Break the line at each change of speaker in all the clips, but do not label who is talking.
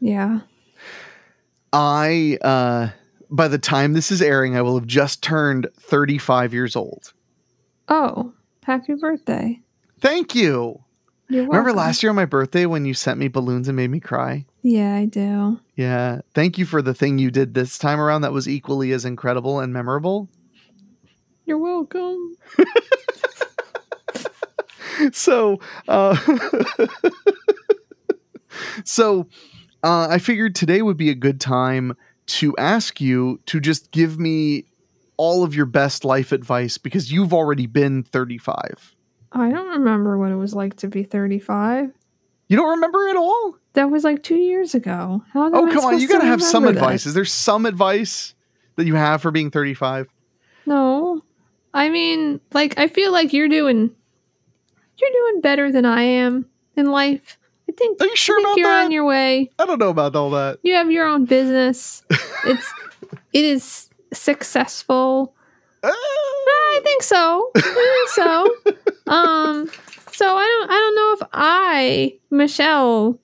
Yeah.
I, uh, by the time this is airing, I will have just turned 35 years old.
Oh, happy birthday.
Thank you.
You're welcome.
Remember last year on my birthday when you sent me balloons and made me cry?
Yeah, I do.
Yeah. Thank you for the thing you did this time around that was equally as incredible and memorable.
You're welcome.
so uh, so uh, i figured today would be a good time to ask you to just give me all of your best life advice because you've already been 35
I don't remember what it was like to be 35.
you don't remember at all
That was like two years ago. How am
oh
I
come on
supposed
you gotta
to
have some
remember that?
advice is there some advice that you have for being 35
No. I mean, like I feel like you're doing you're doing better than I am in life. I think,
are you
I
sure
think
about
you're
that
on your way.
i don't know about all that
You have your own business. It's it is successful.
Ah,
I think so. I think so. Um so I don't I don't know if I Michelle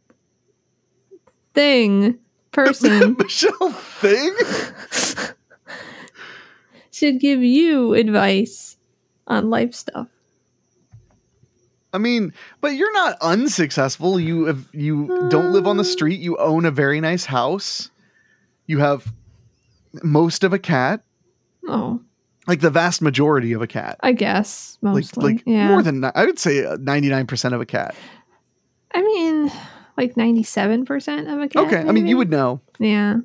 thing person
michelle thing
should give you advice on life stuff.
I mean, but you're not unsuccessful. You have, you don't live on the street. You own a very nice house. You have most of a cat,
Oh,
like the vast majority of a cat.
I guess mostly.
Like like
yeah.
more than ni- I would say 99% of a cat.
I mean, like 97% of a cat.
okay. I mean,
maybe?
you would know.
Yeah.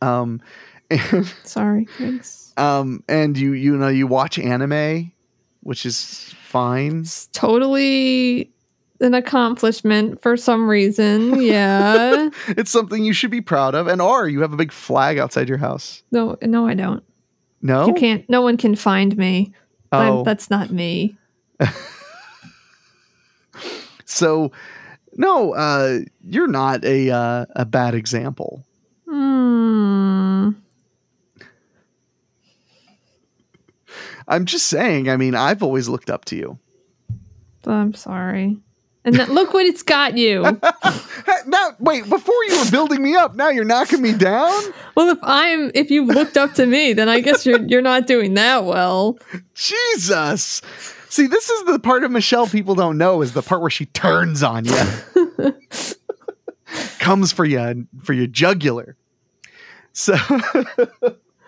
Um and,
Sorry, kids.
um and you you know you watch anime, which is fine.
It's totally an accomplishment for some reason. Yeah.
It's something you should be proud of and are. You have a big flag outside your house.
no, no, I don't.
No?
You can't, no one can find me. I'm-
Oh.
that's not me.
So, no, uh, you're not a uh, a bad example.
Hmm.
I'm just saying. I mean, I've always looked up to you.
I'm sorry. And that, look what it's got you.
Hey, Now, wait. Before you were building me up, now you're knocking me down.
Well, if I'm, if you've looked up to me, then I guess you're, you're not doing that well.
Jesus. See, this is the part of Michelle people don't know is the part where she turns on you, comes for you for your jugular. So,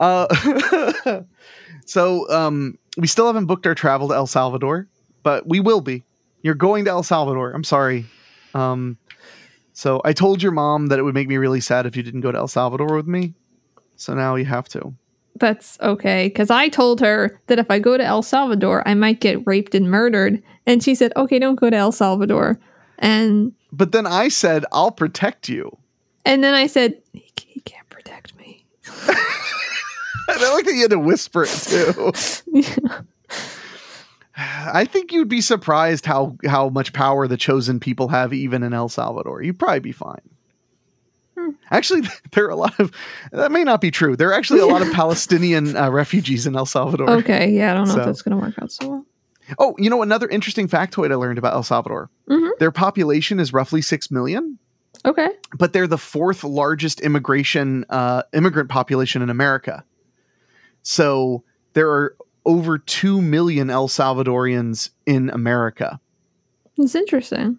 uh, so um, we still haven't booked our travel to El Salvador, but we will be. You're going to El Salvador. I'm sorry. Um, so I told your mom that it would make me really sad if you didn't go to El Salvador with me. So now you have to.
That's okay, because I told her that if I go to El Salvador, I might get raped and murdered. And she said, okay, don't go to El Salvador. And
But then I said, I'll protect you.
and then I said, he, c- he can't protect me.
And I like that you had to whisper it too.
Yeah.
I think you'd be surprised how how much power the chosen people have, even in El Salvador. You'd probably be fine.
Hmm.
Actually, there are a lot of that may not be true. There are actually a lot of Palestinian uh, refugees in El Salvador.
okay, yeah, I don't know
So.
if that's going to work out so well.
Oh, you know another interesting factoid I learned about El Salvador.
Mhm.
Their population is roughly six million,
Okay.
but they're the fourth largest immigration uh, immigrant population in America. So there are over two million El Salvadorians in America.
It's interesting.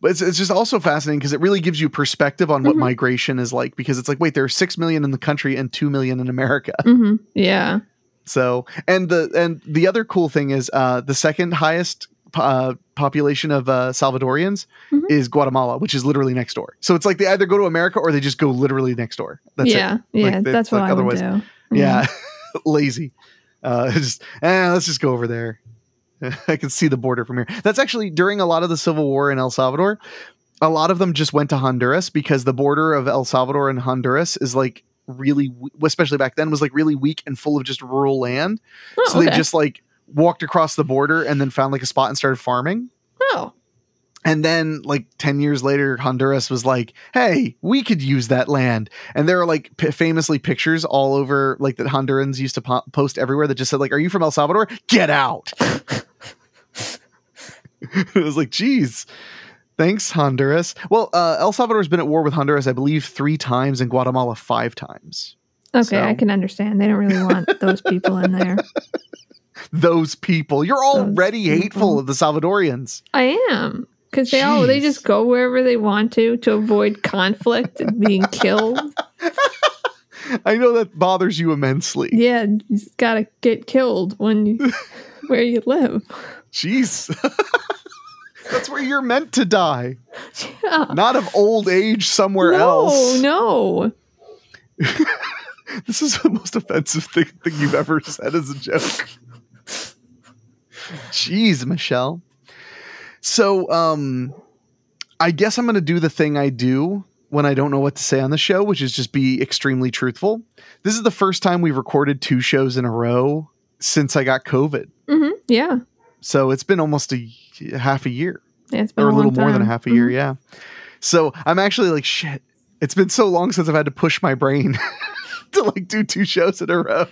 But it's, it's just also fascinating because it really gives you perspective on what
Mhm.
migration is like because it's like, wait, there are 6 million in the country and 2 million in America.
hmm Yeah.
So, and the, and the other cool thing is, uh, the second highest, uh, population of, uh, Salvadorians
Mhm.
is Guatemala, which is literally next door. So it's like they either go to America or they just go literally next door. That's it.
yeah. Yeah.
Like, they-
that's what
like,
I would
otherwise-
do.
Yeah.
Mm-hmm.
Lazy. Uh, just, eh, let's just go over there. I can see the border from here. That's actually during a lot of the civil war in El Salvador. a lot of them just went to Honduras because the border of El Salvador and Honduras is like really, w- especially back then, was like really weak and full of just rural land.
Oh,
so
okay.
they just like walked across the border and then found like a spot and started farming.
oh,
And then, like 10 years later, Honduras was like, hey, we could use that land. And there are like p- famously pictures all over, like that Hondurans used to po- post everywhere that just said, like, are you from El Salvador? Get out. it was like, geez, thanks, Honduras. Well, uh, El Salvador's been at war with Honduras, I believe, three times and Guatemala five times.
okay.
So-
I can understand. They don't really want those people in there.
Those people, you're already hateful
people.
of the Salvadorians.
I am because they all they
Jeez.
just go wherever they want to to avoid conflict and being killed.
I know that bothers you immensely.
Yeah, you just gotta get killed when you, where you live.
Jeez. That's where you're meant to die,
Yeah.
not of old age somewhere
no,
else.
no.
This is the most offensive thing, thing you've ever said as a joke. Jeez, Michelle. So, um, I guess I'm going to do the thing I do when I don't know what to say on the show, which is just be extremely truthful. This is the first time we've recorded two shows in a row since I got COVID.
hmm Yeah.
So it's been almost a y- half a year.
yeah, it's been
or a
a
little
long
more than
time. Mm-hmm.
half a year. Yeah. So I'm actually like, shit. It's been so long since I've had to push my brain to like do two shows in a row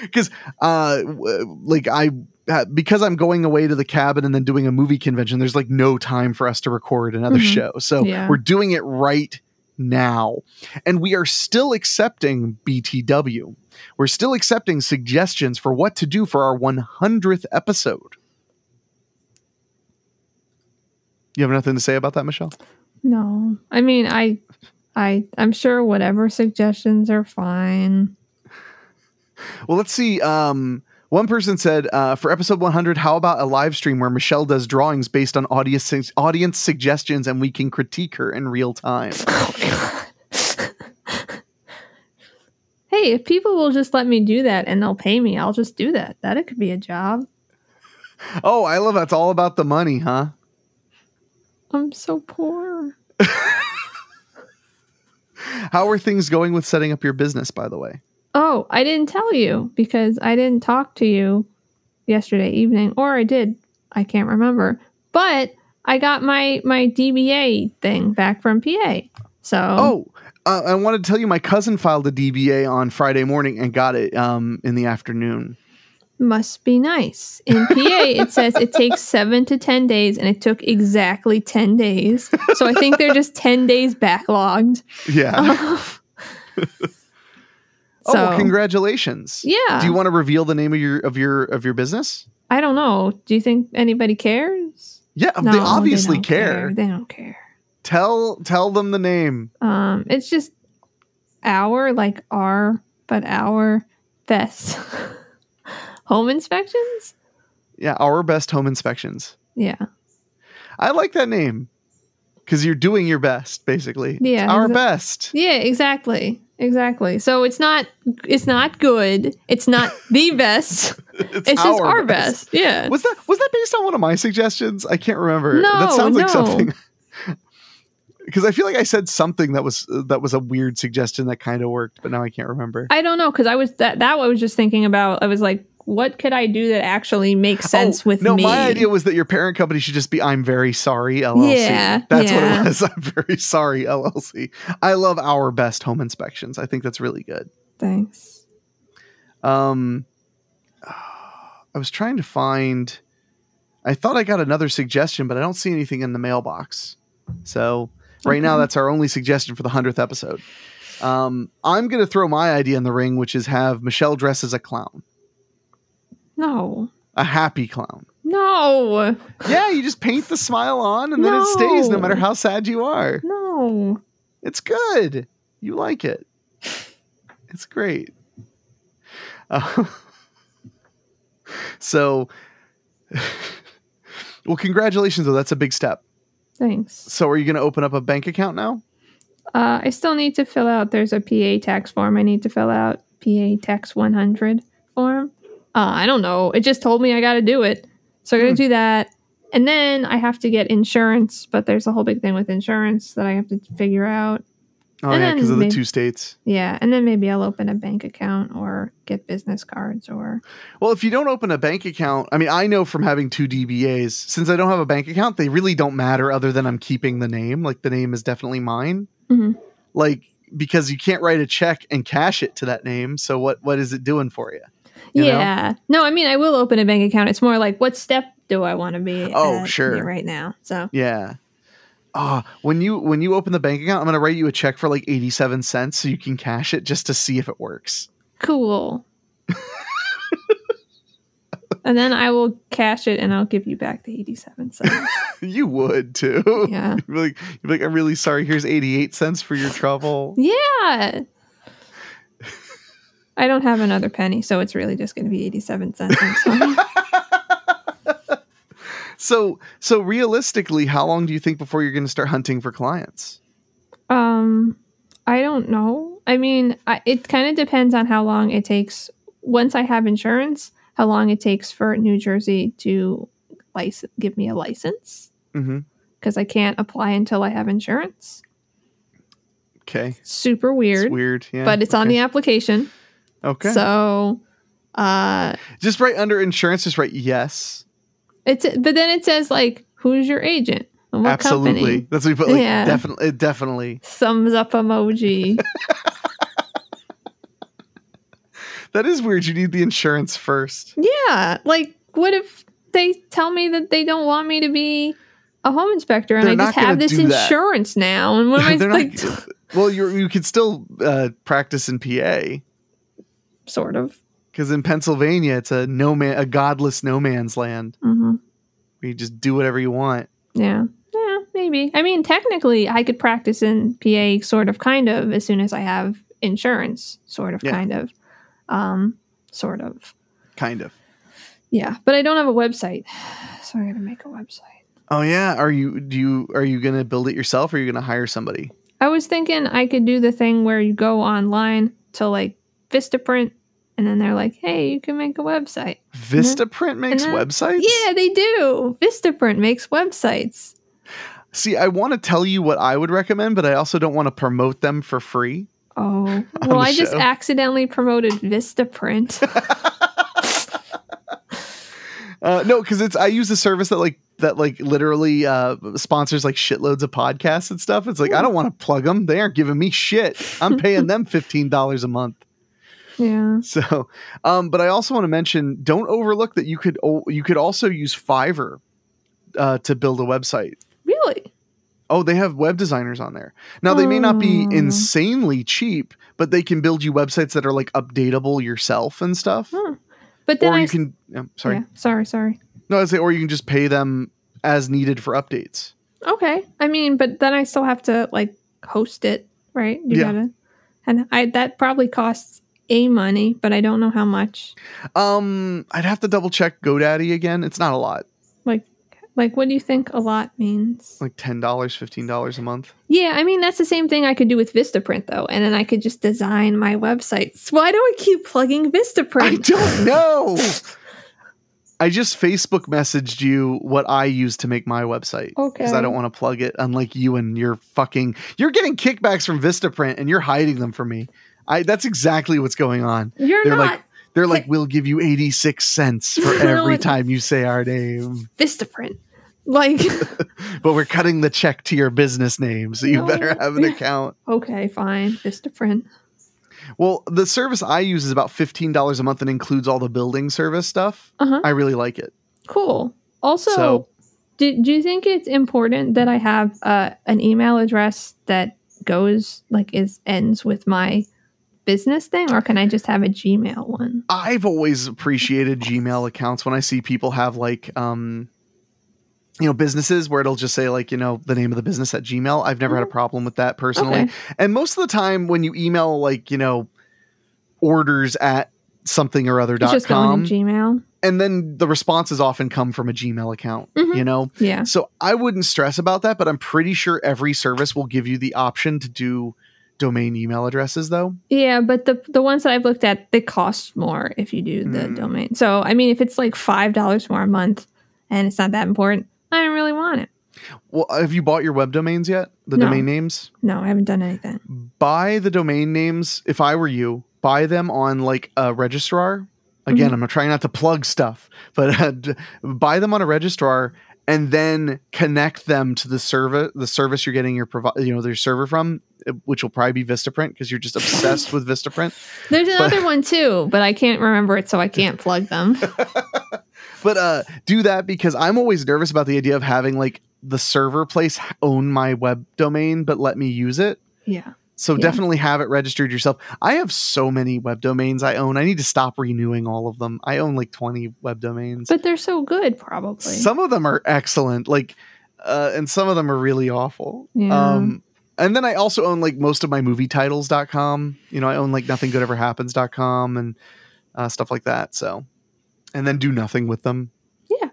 because, uh, w- like I uh, because I'm going away to the cabin and then doing a movie convention. There's like no time for us to record another
Mhm.
show, so
Yeah.
we're doing it right now, and we are still accepting BTW. We're still accepting suggestions for what to do for our 100th episode. You have nothing to say about that, Michelle?
No, I mean, I, I, I'm sure whatever suggestions are fine.
Well, let's see. Um, one person said, uh, for episode 100, how about a live stream where Michelle does drawings based on audience audience suggestions and we can critique her in real time?
hey, if people will just let me do that and they'll pay me, I'll just do that. That it could be a job.
oh, I love that's all about the money, huh?
I'm so poor.
How are things going with setting up your business, by the way?
Oh, I didn't tell you because I didn't talk to you yesterday evening, or I did. I can't remember. But I got my my DBA thing back from PA. So
Oh, uh, I wanted to tell you my cousin filed a DBA on Friday morning and got it um, in the afternoon.
must be nice. In PA, it says it takes seven to 10 days, and it took exactly 10 days. So I think they're just 10 days backlogged.
Yeah. oh, well,
so,
congratulations.
yeah.
Do you want to reveal the name of your of your of your business?
I don't know. Do you think anybody cares?
Yeah,
No,
Uh, they obviously
don't
care.
They don't care.
Tell tell them the name.
Um, it's just our, like our, but our best home inspections.
Yeah, our best home inspections.
Yeah.
I like that name because you're doing your best, basically. It's
Yeah,
our
exa-
best.
Yeah, exactly. Exactly. So it's not it's not good. It's not the best.
It's,
It's just our best. Yeah.
Was that was that based on one of my suggestions? I can't remember. that
No,
sounds like
no.
something. Because I feel like I said something that was that was a weird suggestion that kind of worked, but now I can't remember.
I don't know cuz I was that that I was just thinking about. I was like what could I do that actually makes sense
Oh,
with
no,
me?
my idea was that your parent company should just be "I'm very sorry" LLC.
Yeah,
that's what
yeah.
it was. I'm very sorry LLC. I love our best home inspections. I think that's really good.
Thanks.
Um, I was trying to find. I thought I got another suggestion, but I don't see anything in the mailbox. So right now,
Okay.
that's our only suggestion for the hundredth episode. Um, I'm going to throw my idea in the ring, which is have Michelle dress as a clown,
No.
a happy clown.
No.
Yeah, you just paint the smile on, and then it stays no
No.
matter how sad you are.
No.
It's good. You like it. It's great. Uh, so, well, congratulations, though. That's a big step.
Thanks.
So, are you going to open up a bank account now?
Uh, I still need to fill out. There's a PA tax form I need to fill out. PA tax 100 form. Uh, I don't know. It just told me I got to do it, so I'm
Hmm.
gonna do that. And then I have to get insurance, but there's a whole big thing with insurance that I have to figure out.
Oh
And
yeah, because of
then
the
they-
two states.
Yeah, and then maybe I'll open a bank account or get business cards or
Well, if you don't open a bank account, I mean, I know from having two DBAs, since I don't have a bank account, they really don't matter other than I'm keeping the name. Like the name is definitely mine.
Mhm.
Like because you can't write a check and cash it to that name. So what what is it doing for you? You know?
Yeah. No, I mean I will open a bank account. It's more like what step do I want to be
Oh,
at
sure.
right now. So
Yeah. Ah, when you when you open the bank account, I'm gonna write you a check for like 87 cents so you can cash it just to see if it works.
cool. and then I will cash it and I'll give you back the 87 cents.
You would too.
Yeah.
You'd be like, you'd be like, I'm really sorry. Here's 88 cents for your trouble.
Yeah. I don't have another penny, so it's really just going to be 87 cents. I'm sorry.
So, so realistically, how long do you think before you're going to start hunting for clients?
um, I don't know. I mean, I, it kind of depends on how long it takes. Once I have insurance, how long it takes for New Jersey to license, give me a license
Mm-hmm.
because I can't apply until I have insurance.
Okay,
Super weird,
it's weird, yeah.
but it's on the application.
the okay.
So, uh,
just write under insurance. Just write yes.
It's but then it says like who's your agent and what
Absolutely.
company.
That's what you put. Like,
Yeah.
Definitely. Definitely.
Thumbs up emoji.
That is weird. You need the insurance first.
yeah, like what if they tell me that they don't want me to be a home inspector and
They're
I just
not gonna
have this
do that.
insurance now and what am I
They're
like
not, well, you you could still uh, practice in PA
sort of.
because in Pennsylvania it's a no man a godless no man's land
hmm
where you just do whatever you want.
Yeah. Yeah, maybe. I mean, technically, I could practice in PA, sort of, kind of, as soon as I have insurance, sort of,
Yeah.
kind of, um, sort of.
Kind of.
Yeah, but I don't have a website, so I got to make a website.
Oh yeah. Are you do you are you gonna build it yourself or are you gonna hire somebody?
I was thinking I could do the thing where you go online to like Vistaprint and then they're like, hey, you can make a website.
Vistaprint makes
then-
websites?
Yeah, they do. Vistaprint makes websites.
See, I want to tell you what I would recommend, but I also don't want to promote them for free.
Oh, well,
the
I just
show.
accidentally promoted Vistaprint.
Uh, no, because it's I use a service that like that like literally uh, sponsors like shitloads of podcasts and stuff. It's like I don't want to plug them; they aren't giving me shit. I'm paying them fifteen dollars a month.
yeah.
So, um, but I also want to mention: don't overlook that you could o- you could also use Fiverr uh, to build a website.
Really?
Oh, they have web designers on there. Now they may not be
Oh.
insanely cheap, but they can build you websites that are like updatable yourself and stuff.
Hmm. But then
Or
I.
you can yeah, sorry.
Yeah, sorry, sorry.
No, I say or you can just pay them as needed for updates.
Okay. I mean, but then I still have to like host it, right? You
Yeah.
gotta. And I that probably costs a money, but I don't know how much.
Um I'd have to double check GoDaddy again. It's not a lot.
Like, like, what do you think a lot means?
Like $10, $15 a month.
Yeah, I mean that's the same thing I could do with Vistaprint though, and then I could just design my websites. Why do I keep plugging Vistaprint?
I don't know. I just Facebook messaged you what I use to make my website.
Okay.
Because I don't want to plug it, unlike you and your fucking. You're getting kickbacks from Vistaprint and you're hiding them from me. I. That's exactly what's going on.
You're
They're
not
like, They're like, we'll give you 86 cents for
No,
every
it-
time you say our name,
Vistaprint. Like,
but we're cutting the check to your business name, so you
No.
better have an account.
okay, fine, Vistaprint.
Well, the service I use is about $15 a month and includes all the building service stuff.
Uh huh.
I really like it.
Cool. Also,
So-
do, do you think it's important that I have uh, an email address that goes like is ends with my business thing, or can I just have a Gmail one?
I've always appreciated Gmail accounts when I see people have like um you know businesses where it'll just say like you know the name of the business at Gmail. I've never had a problem with that personally.
Mm-hmm. Okay.
And most of the time when you email like you know orders at something or other
It's
dot
just going
com
to Gmail.
and then the responses often come from a Gmail account,
Mhm.
you know.
Yeah.
So I wouldn't stress about that, but I'm pretty sure every service will give you the option to do domain email addresses though.
Yeah, but the the ones that I've looked at, they cost more if you do the
Mm.
domain. So I mean, if it's like five dollars more a month, and it's not that important, I didn't really want it.
Well, have you bought your web domains yet? The
No.
domain names?
No, I haven't done anything.
buy the domain names if i were you buy them on like a registrar again i'm trying not to plug stuff but uh, d- buy them on a registrar and then connect them to the server the service you're getting your provi- you know their server from uh, which will probably be vistaprint because you're just obsessed with vistaprint
There's another one too, but I can't remember it, so I can't plug them.
but uh do that because i'm always nervous about the idea of having like the server place h- own my web domain but let me use it
yeah.
So
Yeah.
definitely have it registered yourself. I have so many web domains I own. I need to stop renewing all of them. I own like 20 web domains.
But they're so good, probably.
some of them are excellent, like uh, and some of them are really awful.
Yeah.
Um and then I also own like most of my movietitles.com. You know, I own like nothinggoodEverHappens.com and uh, stuff like that. So and then do nothing with them.
Yeah.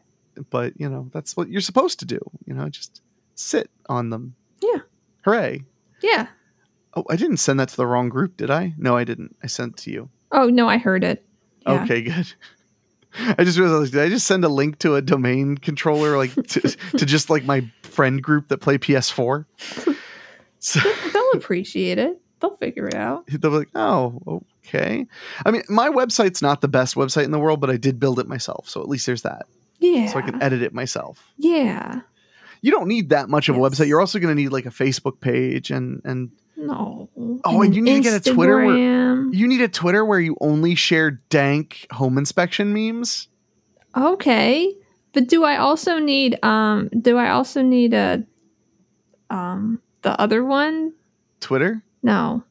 But, you know, that's what you're supposed to do, you know, just sit on them.
Yeah.
Hooray.
yeah.
Oh, I didn't send that to the wrong group, did I? No, I didn't. I sent it to you.
Oh no, I heard it. Yeah.
Okay, good. I just realized, did I just send a link to a domain controller, like to, to just like my friend group that play PS4? So
They'll appreciate it. They'll figure it out.
they'll be like, oh, okay. I mean, my website's not the best website in the world, but I did build it myself. So at least there's that.
Yeah.
So I can edit it myself.
yeah.
You don't need that much of a
Yes.
website. You're also going to need like a Facebook page and, and
No.
Oh, and you need to get a Twitter where-
Instagram.
you need a Twitter where you only share dank home inspection memes.
Okay. But do I also need um do I also need a um the other one?
Twitter,
No.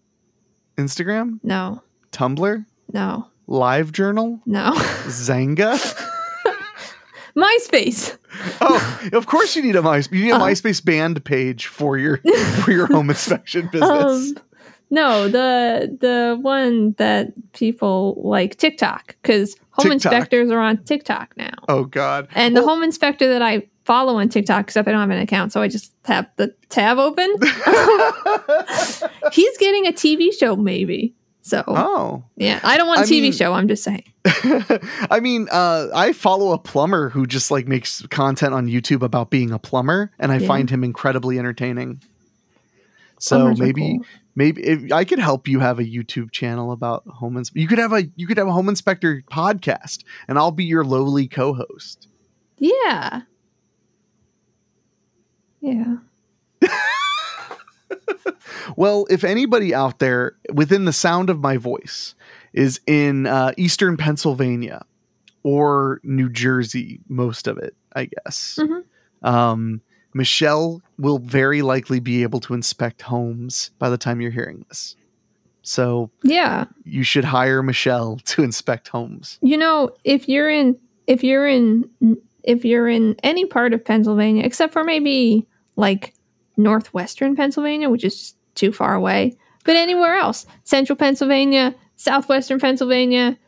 Instagram,
No.
Tumblr,
No.
LiveJournal,
No.
Zanga.
MySpace.
Oh, of course you need a MySpace. You need a
Uh-huh.
MySpace band page for your for your home inspection business.
Um no, the the one that people like TikTok cuz home
TikTok.
inspectors are on TikTok now.
oh God.
And the home inspector that I follow on TikTok, except I don't have an account, so I just have the tab open. He's getting a TV show, maybe. So
oh.
yeah, I don't want a
I
TV
mean-
show. I'm just saying.
I mean, uh, I follow a plumber who just like makes content on YouTube about being a plumber, and I
Yeah.
find him incredibly entertaining. So
Plumbers are
maybe
cool.
maybe if, I could help you have a YouTube channel about home ins- you could have a you could have a home inspector podcast and I'll be your lowly co-host.
Yeah. Yeah.
Well, if anybody out there within the sound of my voice is in uh, eastern Pennsylvania or New Jersey, most of it, I guess.
Mhm.
Um, Michelle will very likely be able to inspect homes by the time you're hearing this. So
Yeah.
you should hire Michelle to inspect homes.
You know, if you're in if you're in if you're in any part of Pennsylvania, except for maybe like northwestern Pennsylvania, which is too far away, but anywhere else, central Pennsylvania, southwestern Pennsylvania,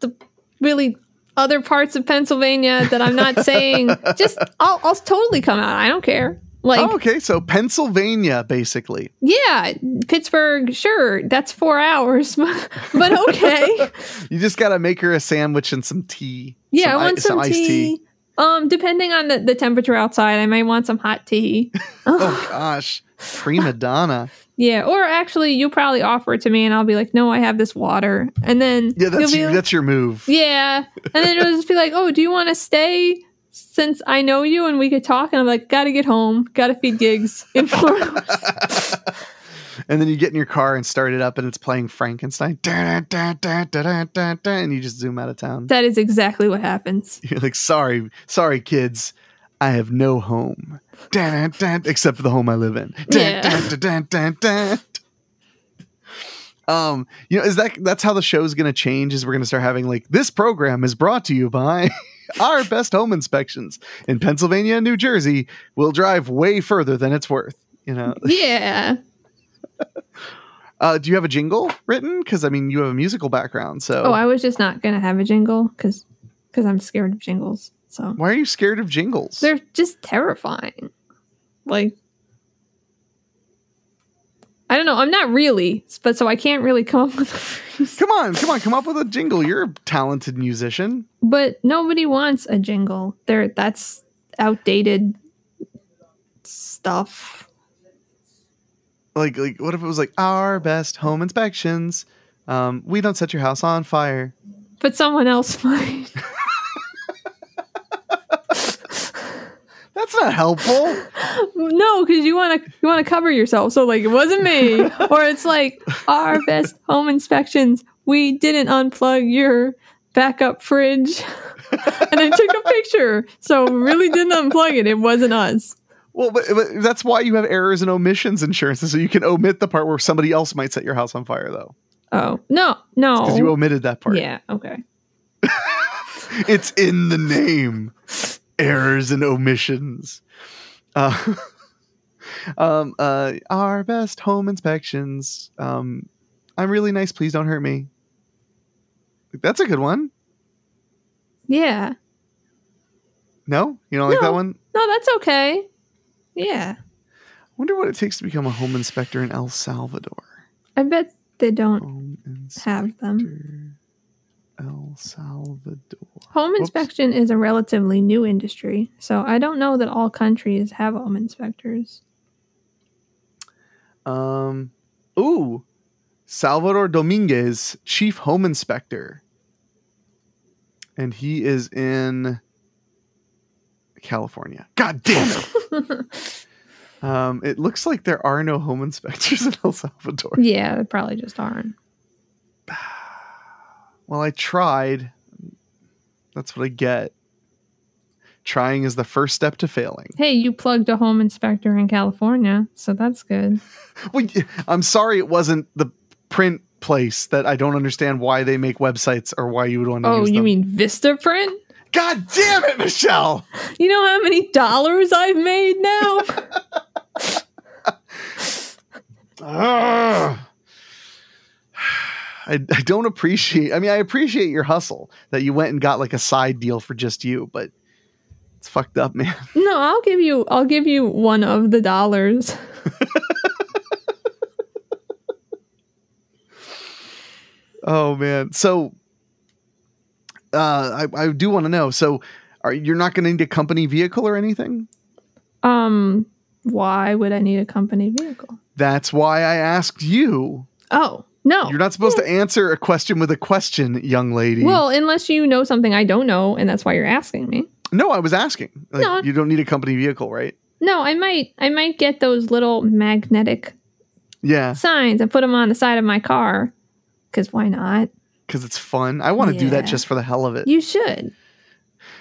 the really other parts of Pennsylvania that I'm not saying, just I'll, I'll totally come out. I don't care. Like,
oh, okay, so Pennsylvania, basically.
yeah, Pittsburgh, sure, that's four hours, but okay.
You just gotta make her a sandwich and some tea.
Yeah,
Some
I
i-
want some,
some iced
tea. Um, depending on the, the temperature outside, I may want some hot tea.
Oh gosh, prima donna.
yeah, or actually, you'll probably offer it to me, and I'll be like, "No, I have this water," and then
Yeah, that's
you'll be
you,
like,
that's your move.
yeah, and then it'll just be like, "Oh, do you want to stay?" Since I know you and we could talk, and I'm like, "Gotta get home, gotta feed gigs in four hours."
and then you get in your car and start it up, and it's playing Frankenstein. Da-da-da-da-da-da-da-da, And you just zoom out of town.
That is exactly what happens.
You're like, sorry, sorry, kids, I have no home, Da-da-da, except for the home I live in. Da-da-da-da-da-da. Um, you know, is that that's how the show's gonna change? Is we're gonna start having like this program is brought to you by our best home inspections in Pennsylvania and New Jersey. Will drive way further than it's worth. You know,
Yeah,
Uh, do you have a jingle written? Because I mean, you have a musical background, so
Oh, I was just not gonna have a jingle because because I'm scared of jingles. So
why are you scared of jingles?
they're just terrifying. Like I don't know. I'm not really, but so I can't really come up with.
Come on, come on, come up with a jingle. You're a talented musician.
But nobody wants a jingle. There, that's outdated stuff.
Like, like, what if it was like our best home inspections? Um, we don't set your house on fire.
But someone else might.
That's not helpful.
no, because you want to you want to cover yourself. So like, it wasn't me. or it's like our best home inspections. We didn't unplug your backup fridge, and I took a picture. So really didn't unplug it. It wasn't us.
Well, but, but that's why you have errors and omissions insurance, so you can omit the part where somebody else might set your house on fire, though,
Oh no, no.
because you omitted that part.
Oh, yeah. Okay.
It's in the name. Errors and omissions. Uh, um, uh, our best home inspections. Um, I'm really nice. Please don't hurt me. That's a good one.
Yeah.
No, you don't like
No.
that one.
No, that's okay. Yeah.
Wonder what it takes to become a home inspector in El Salvador.
I bet they don't
Home
have them.
inspector, El Salvador.
Home
Whoops.
inspection is a relatively new industry, so I don't know that all countries have home inspectors.
Um, ooh, Salvador Dominguez, chief home inspector, and he is in California. God damn it! um, it looks like there are no home inspectors in El Salvador.
yeah, they probably just aren't.
Well, I tried. That's what I get. Trying is the first step to failing.
Hey, you plugged a home inspector in California, so that's good.
Well, y- I'm sorry it wasn't the print place that I don't understand why they make websites or why you would want to
Oh,
use
you
them.
mean Vistaprint?
God damn it, Michelle!
You know how many dollars I've made now?
Ugh. I, I don't appreciate. I mean, I appreciate your hustle that you went and got like a side deal for just you, but it's fucked up, man.
no, I'll give you I'll give you one of the dollars.
Oh man. So, uh, I, I do want to know. So, are you're not going to need a company vehicle or anything?
Um, why would I need a company vehicle?
That's why I asked you.
Oh, no.
You're not supposed to answer a question with a question, young lady.
Well, unless you know something I don't know, and that's why you're asking me.
no, I was asking. Like,
No.
You don't need a company vehicle, right?
No, I might, I might get those little magnetic
Yeah,
signs and put them on the side of my car, because why not?
because it's fun. I want to do that
Yeah.
just for the hell of it.
You should.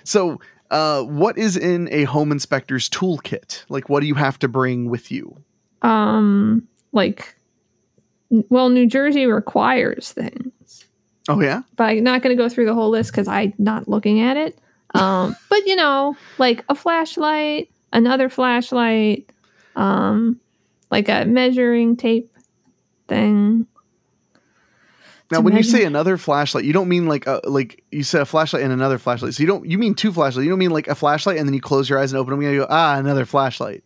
So, uh, what is in a home inspector's toolkit? Like, what do you have to bring with you?
Um, like, n- well, New Jersey requires things,
Oh yeah,
but I'm not going to go through the whole list because I'm not looking at it. Um, but you know, like a flashlight, another flashlight, um, like a measuring tape thing.
now
It's
when you
amazing.
say another flashlight, you don't mean like a like you said a flashlight and another flashlight. So you don't you mean two flashlights? You don't mean like a flashlight and then you close your eyes and open them and you go ah another flashlight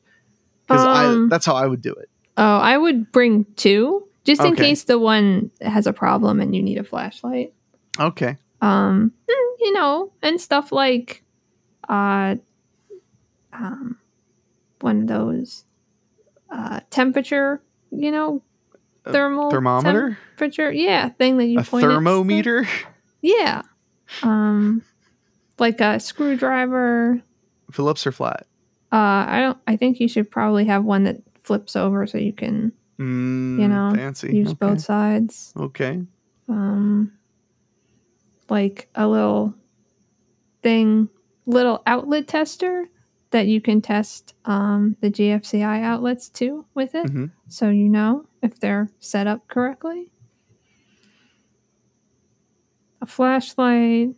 because I
Um,
that's how I would do it.
Oh, I would bring two just in
Okay.
case the one has a problem and you need a flashlight.
Okay,
Um, mm, you know, and stuff like uh um one of those uh temperature, you know,
A
thermal
thermometer,
temperature. Yeah, thing that you
a
point at stuff.
thermometer.
Yeah. Um like a screwdriver.
Phillips or flat?
Uh I don't I think you should probably have one that flips over so you can
Mm,
know,
fancy.
use
okay.
both sides.
Okay.
um like a little thing little outlet tester that you can test um, the gfci outlets too with it
Mhm.
so you know if they're set up correctly a flashlight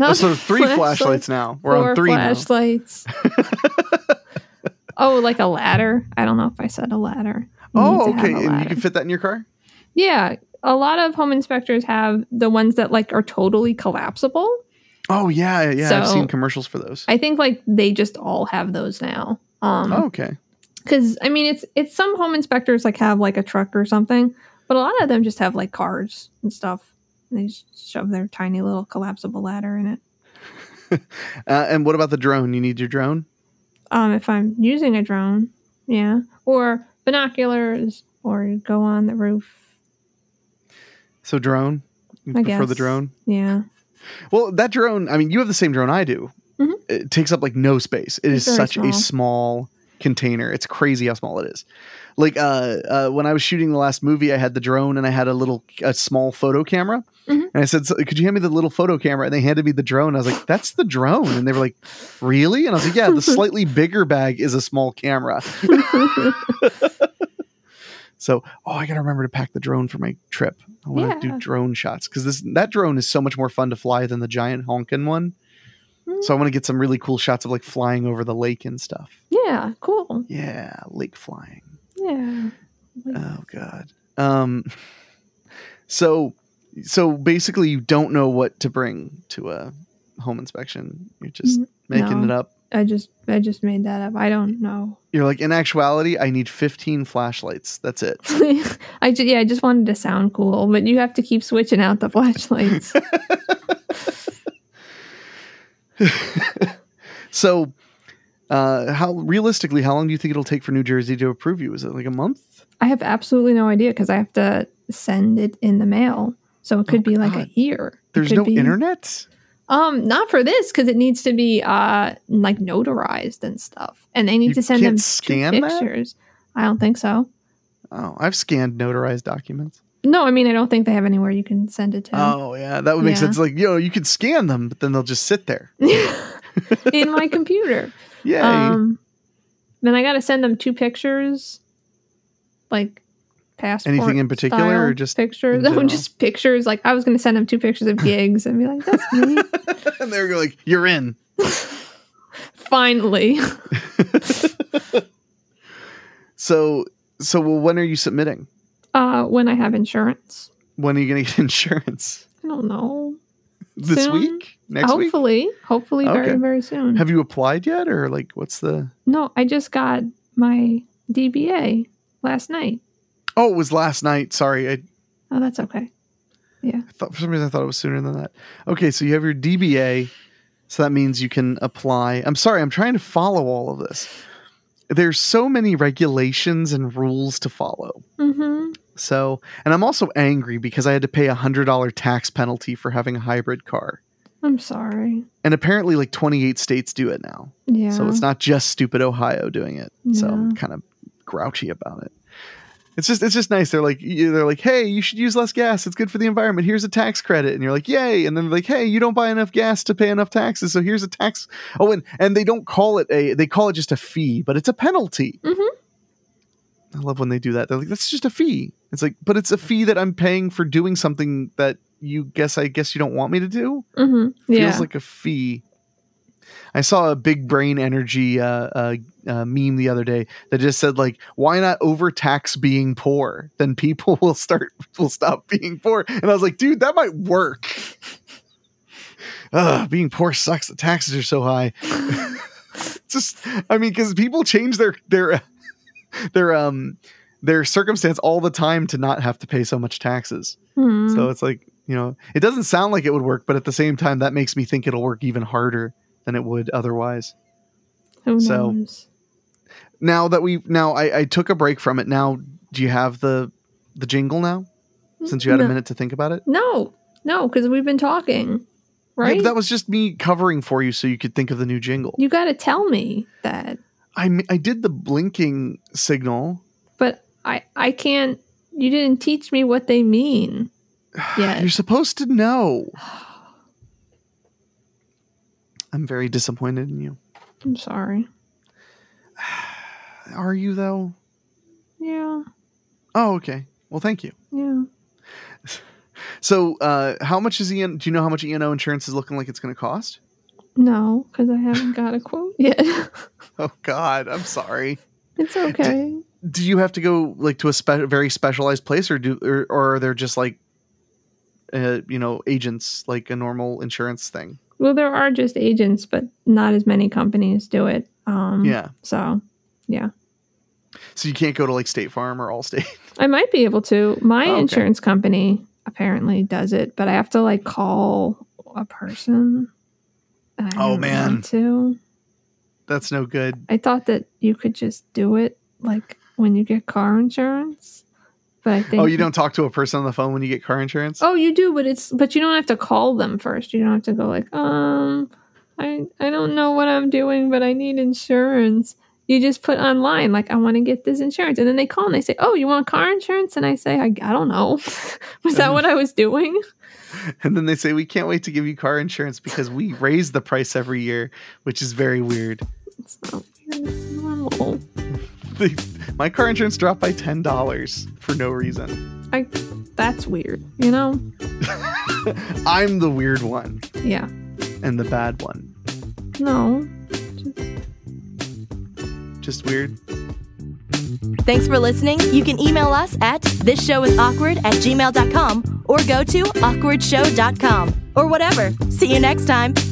Oh, so three flashlights now. We're
four
on three now.
flashlights oh like a ladder i don't know if i said a ladder You
Oh,
need to have
okay.
a
And you
ladder.
can fit that in your car.
Yeah, a lot of home inspectors have the ones that like are totally collapsible.
Oh yeah, yeah. I've
So-
seen commercials for those.
I think like they just all have those now. Um
okay.
cuz I mean it's it's some home inspectors like have like a truck or something, But a lot of them just have like cars and stuff. And they just shove their tiny little collapsible ladder in it.
Uh, and what about the drone? You need your drone?
Um, if I'm using a drone, yeah, or binoculars, or go on the roof.
So drone? You
I
prefer the
guess.
drone?
Yeah,
Well, that drone, I mean, you have the same drone I do.
Mhm.
It takes up like no space. It
It's
is
very
such
small.
a small container. It's crazy how small it is. Like uh, uh when I was shooting the last movie, I had the drone and I had a little a small photo camera.
Mhm.
And I said, so, "Could you hand me the little photo camera?" And they handed me the drone. I was like, "That's the drone." And they were like, "Really?" And I was like, "Yeah, the slightly bigger bag is a small camera." So, oh, I got to remember to pack the drone for my trip. I want to
Yeah.
do drone shots because this that drone is so much more fun to fly than the giant honkin' one.
Mm.
So I want to get some really cool shots of like flying over the lake and stuff.
yeah, cool.
Yeah, lake flying.
Yeah, Hmm.
Oh god. Um. So, so basically, you don't know what to bring to a home inspection. You're just
Mm,
making
no.
it up.
I just I just made that up. I don't know.
You're like, in actuality, I need 15 flashlights. That's it.
I just yeah, I just wanted to sound cool, but you have to keep switching out the flashlights.
So, uh, how realistically, how long do you think it'll take for New Jersey to approve you? Is it like a month?
I have absolutely no idea because I have to send it in the mail, so it could
Oh,
be like
God.
a year. It
There's
could
no
be-
internet.
Um, not for this because it needs to be uh like notarized and stuff, and they need
You
to send
can't
them two
scan that?
pictures. I don't think so.
Oh, I've scanned notarized documents.
No, I mean I don't think they have anywhere you can send it to.
Oh yeah, that would make
Yeah.
sense. Like yo, you could scan them, but then they'll just sit there.
in my computer.
Yay!
Um, then I got to send them two pictures, like passport.
Anything in particular,
style
or just in
pictures?
general?
No, just pictures. Like I was going to send them two pictures of gigs and be like, "That's me,
and they're like, you're in.
finally."
So, so well, when are you submitting?
Uh, when I have insurance,
When are you gonna get insurance?
I don't know.
This
Soon.
week? Next week?
hopefully, hopefully,
Okay.
very very soon.
Have you applied yet, or like, what's the?
no, I just got my DBA last night.
Oh, it was last night. Sorry, I
Oh, that's okay.
thought for some reason I thought it was sooner than that. Okay, so you have your DBA, so that means you can apply. I'm sorry, I'm trying to follow all of this. There's so many regulations and rules to follow.
Mm-hmm.
So, and I'm also angry because I had to pay a hundred dollar tax penalty for having a hybrid car,
I'm sorry.
and apparently like 28 states do it now.
Yeah.
So it's not just stupid Ohio doing it. So I'm
Yeah.
kind of grouchy about it. It's just it's just nice. They're like they're like, hey, you should use less gas. It's good for the environment. Here's a tax credit, and you're like, yay! And then they're like, hey, you don't buy enough gas to pay enough taxes, so here's a tax. Oh, and and they don't call it a they call it just a fee, but it's a penalty.
Mhm.
I love when they do that. They're like, that's just a fee. It's like, but it's a fee that I'm paying for doing something that you guess I guess you don't want me to do
hmm Yeah.
feels like a fee. I saw a big brain energy uh, uh, uh, meme the other day that just said like, "Why not overtax being poor? Then people will start will stop being poor." And I was like, "Dude, that might work." Ugh, being poor sucks. The taxes are so high. just, I mean, because people change their their their um their circumstance all the time to not have to pay so much taxes.
Hmm.
So it's like, you know, it doesn't sound like it would work, but at the same time, that makes me think it'll work even harder than it would otherwise.
Who
so-
knows?
Now that we now I, I took a break from it. Now do you have the the jingle now? Since you had
Mm, no.
a minute to think about it?
No, no, because we've been talking,
Yeah,
right?
but that was just me covering for you so you could think of the new jingle.
you got to tell me that,
I m- I did the blinking signal.
but I I can't. You didn't teach me what they mean.
You're
Yes.
supposed to know. I'm very disappointed in you.
I'm sorry.
Are you though?
Yeah,
Oh, okay. Well, thank you.
yeah.
So, uh, how much is EN? Do you know how much ENO insurance is looking like it's going to cost?
No, because I haven't got a quote yet.
Oh God, I'm sorry.
it's okay.
Do you have to go like to a spe- very specialized place, or do or, or are there just like, uh, you know, agents like a normal insurance thing?
Well, there are just Mm-hmm. agents, but not as many companies do it. Um,
Yeah.
So
So you can't go to like State Farm or Allstate.
I might be able to. My
Oh, okay.
insurance company apparently does it, but I have to like call a person. And I
Oh,
don't
man.
want To.
That's no good.
I thought that you could just do it like when you get car insurance, but I think
Oh, you don't talk to a person on the phone when you get car insurance?
Oh, you do, but it's but you don't have to call them first. You don't have to go like, um, I I don't know what I'm doing, but I need insurance. You just put online like I want to get this insurance, and then they call and they say, "Oh, you want car insurance?" And I say, "I, I don't know. was that what I was doing?"
And then they say, We can't wait to give you car insurance because we raise the price every year, which is very weird.
It's not weird. It's normal.
The- My car insurance dropped by $10 for no reason.
I that's weird. You know?
I'm the weird one
Yeah.
and the bad one.
No.
Just weird.
Thanks for listening. You can email us at this show is awkward at gmail.com or go to awkwardshow.com or whatever. See you next time.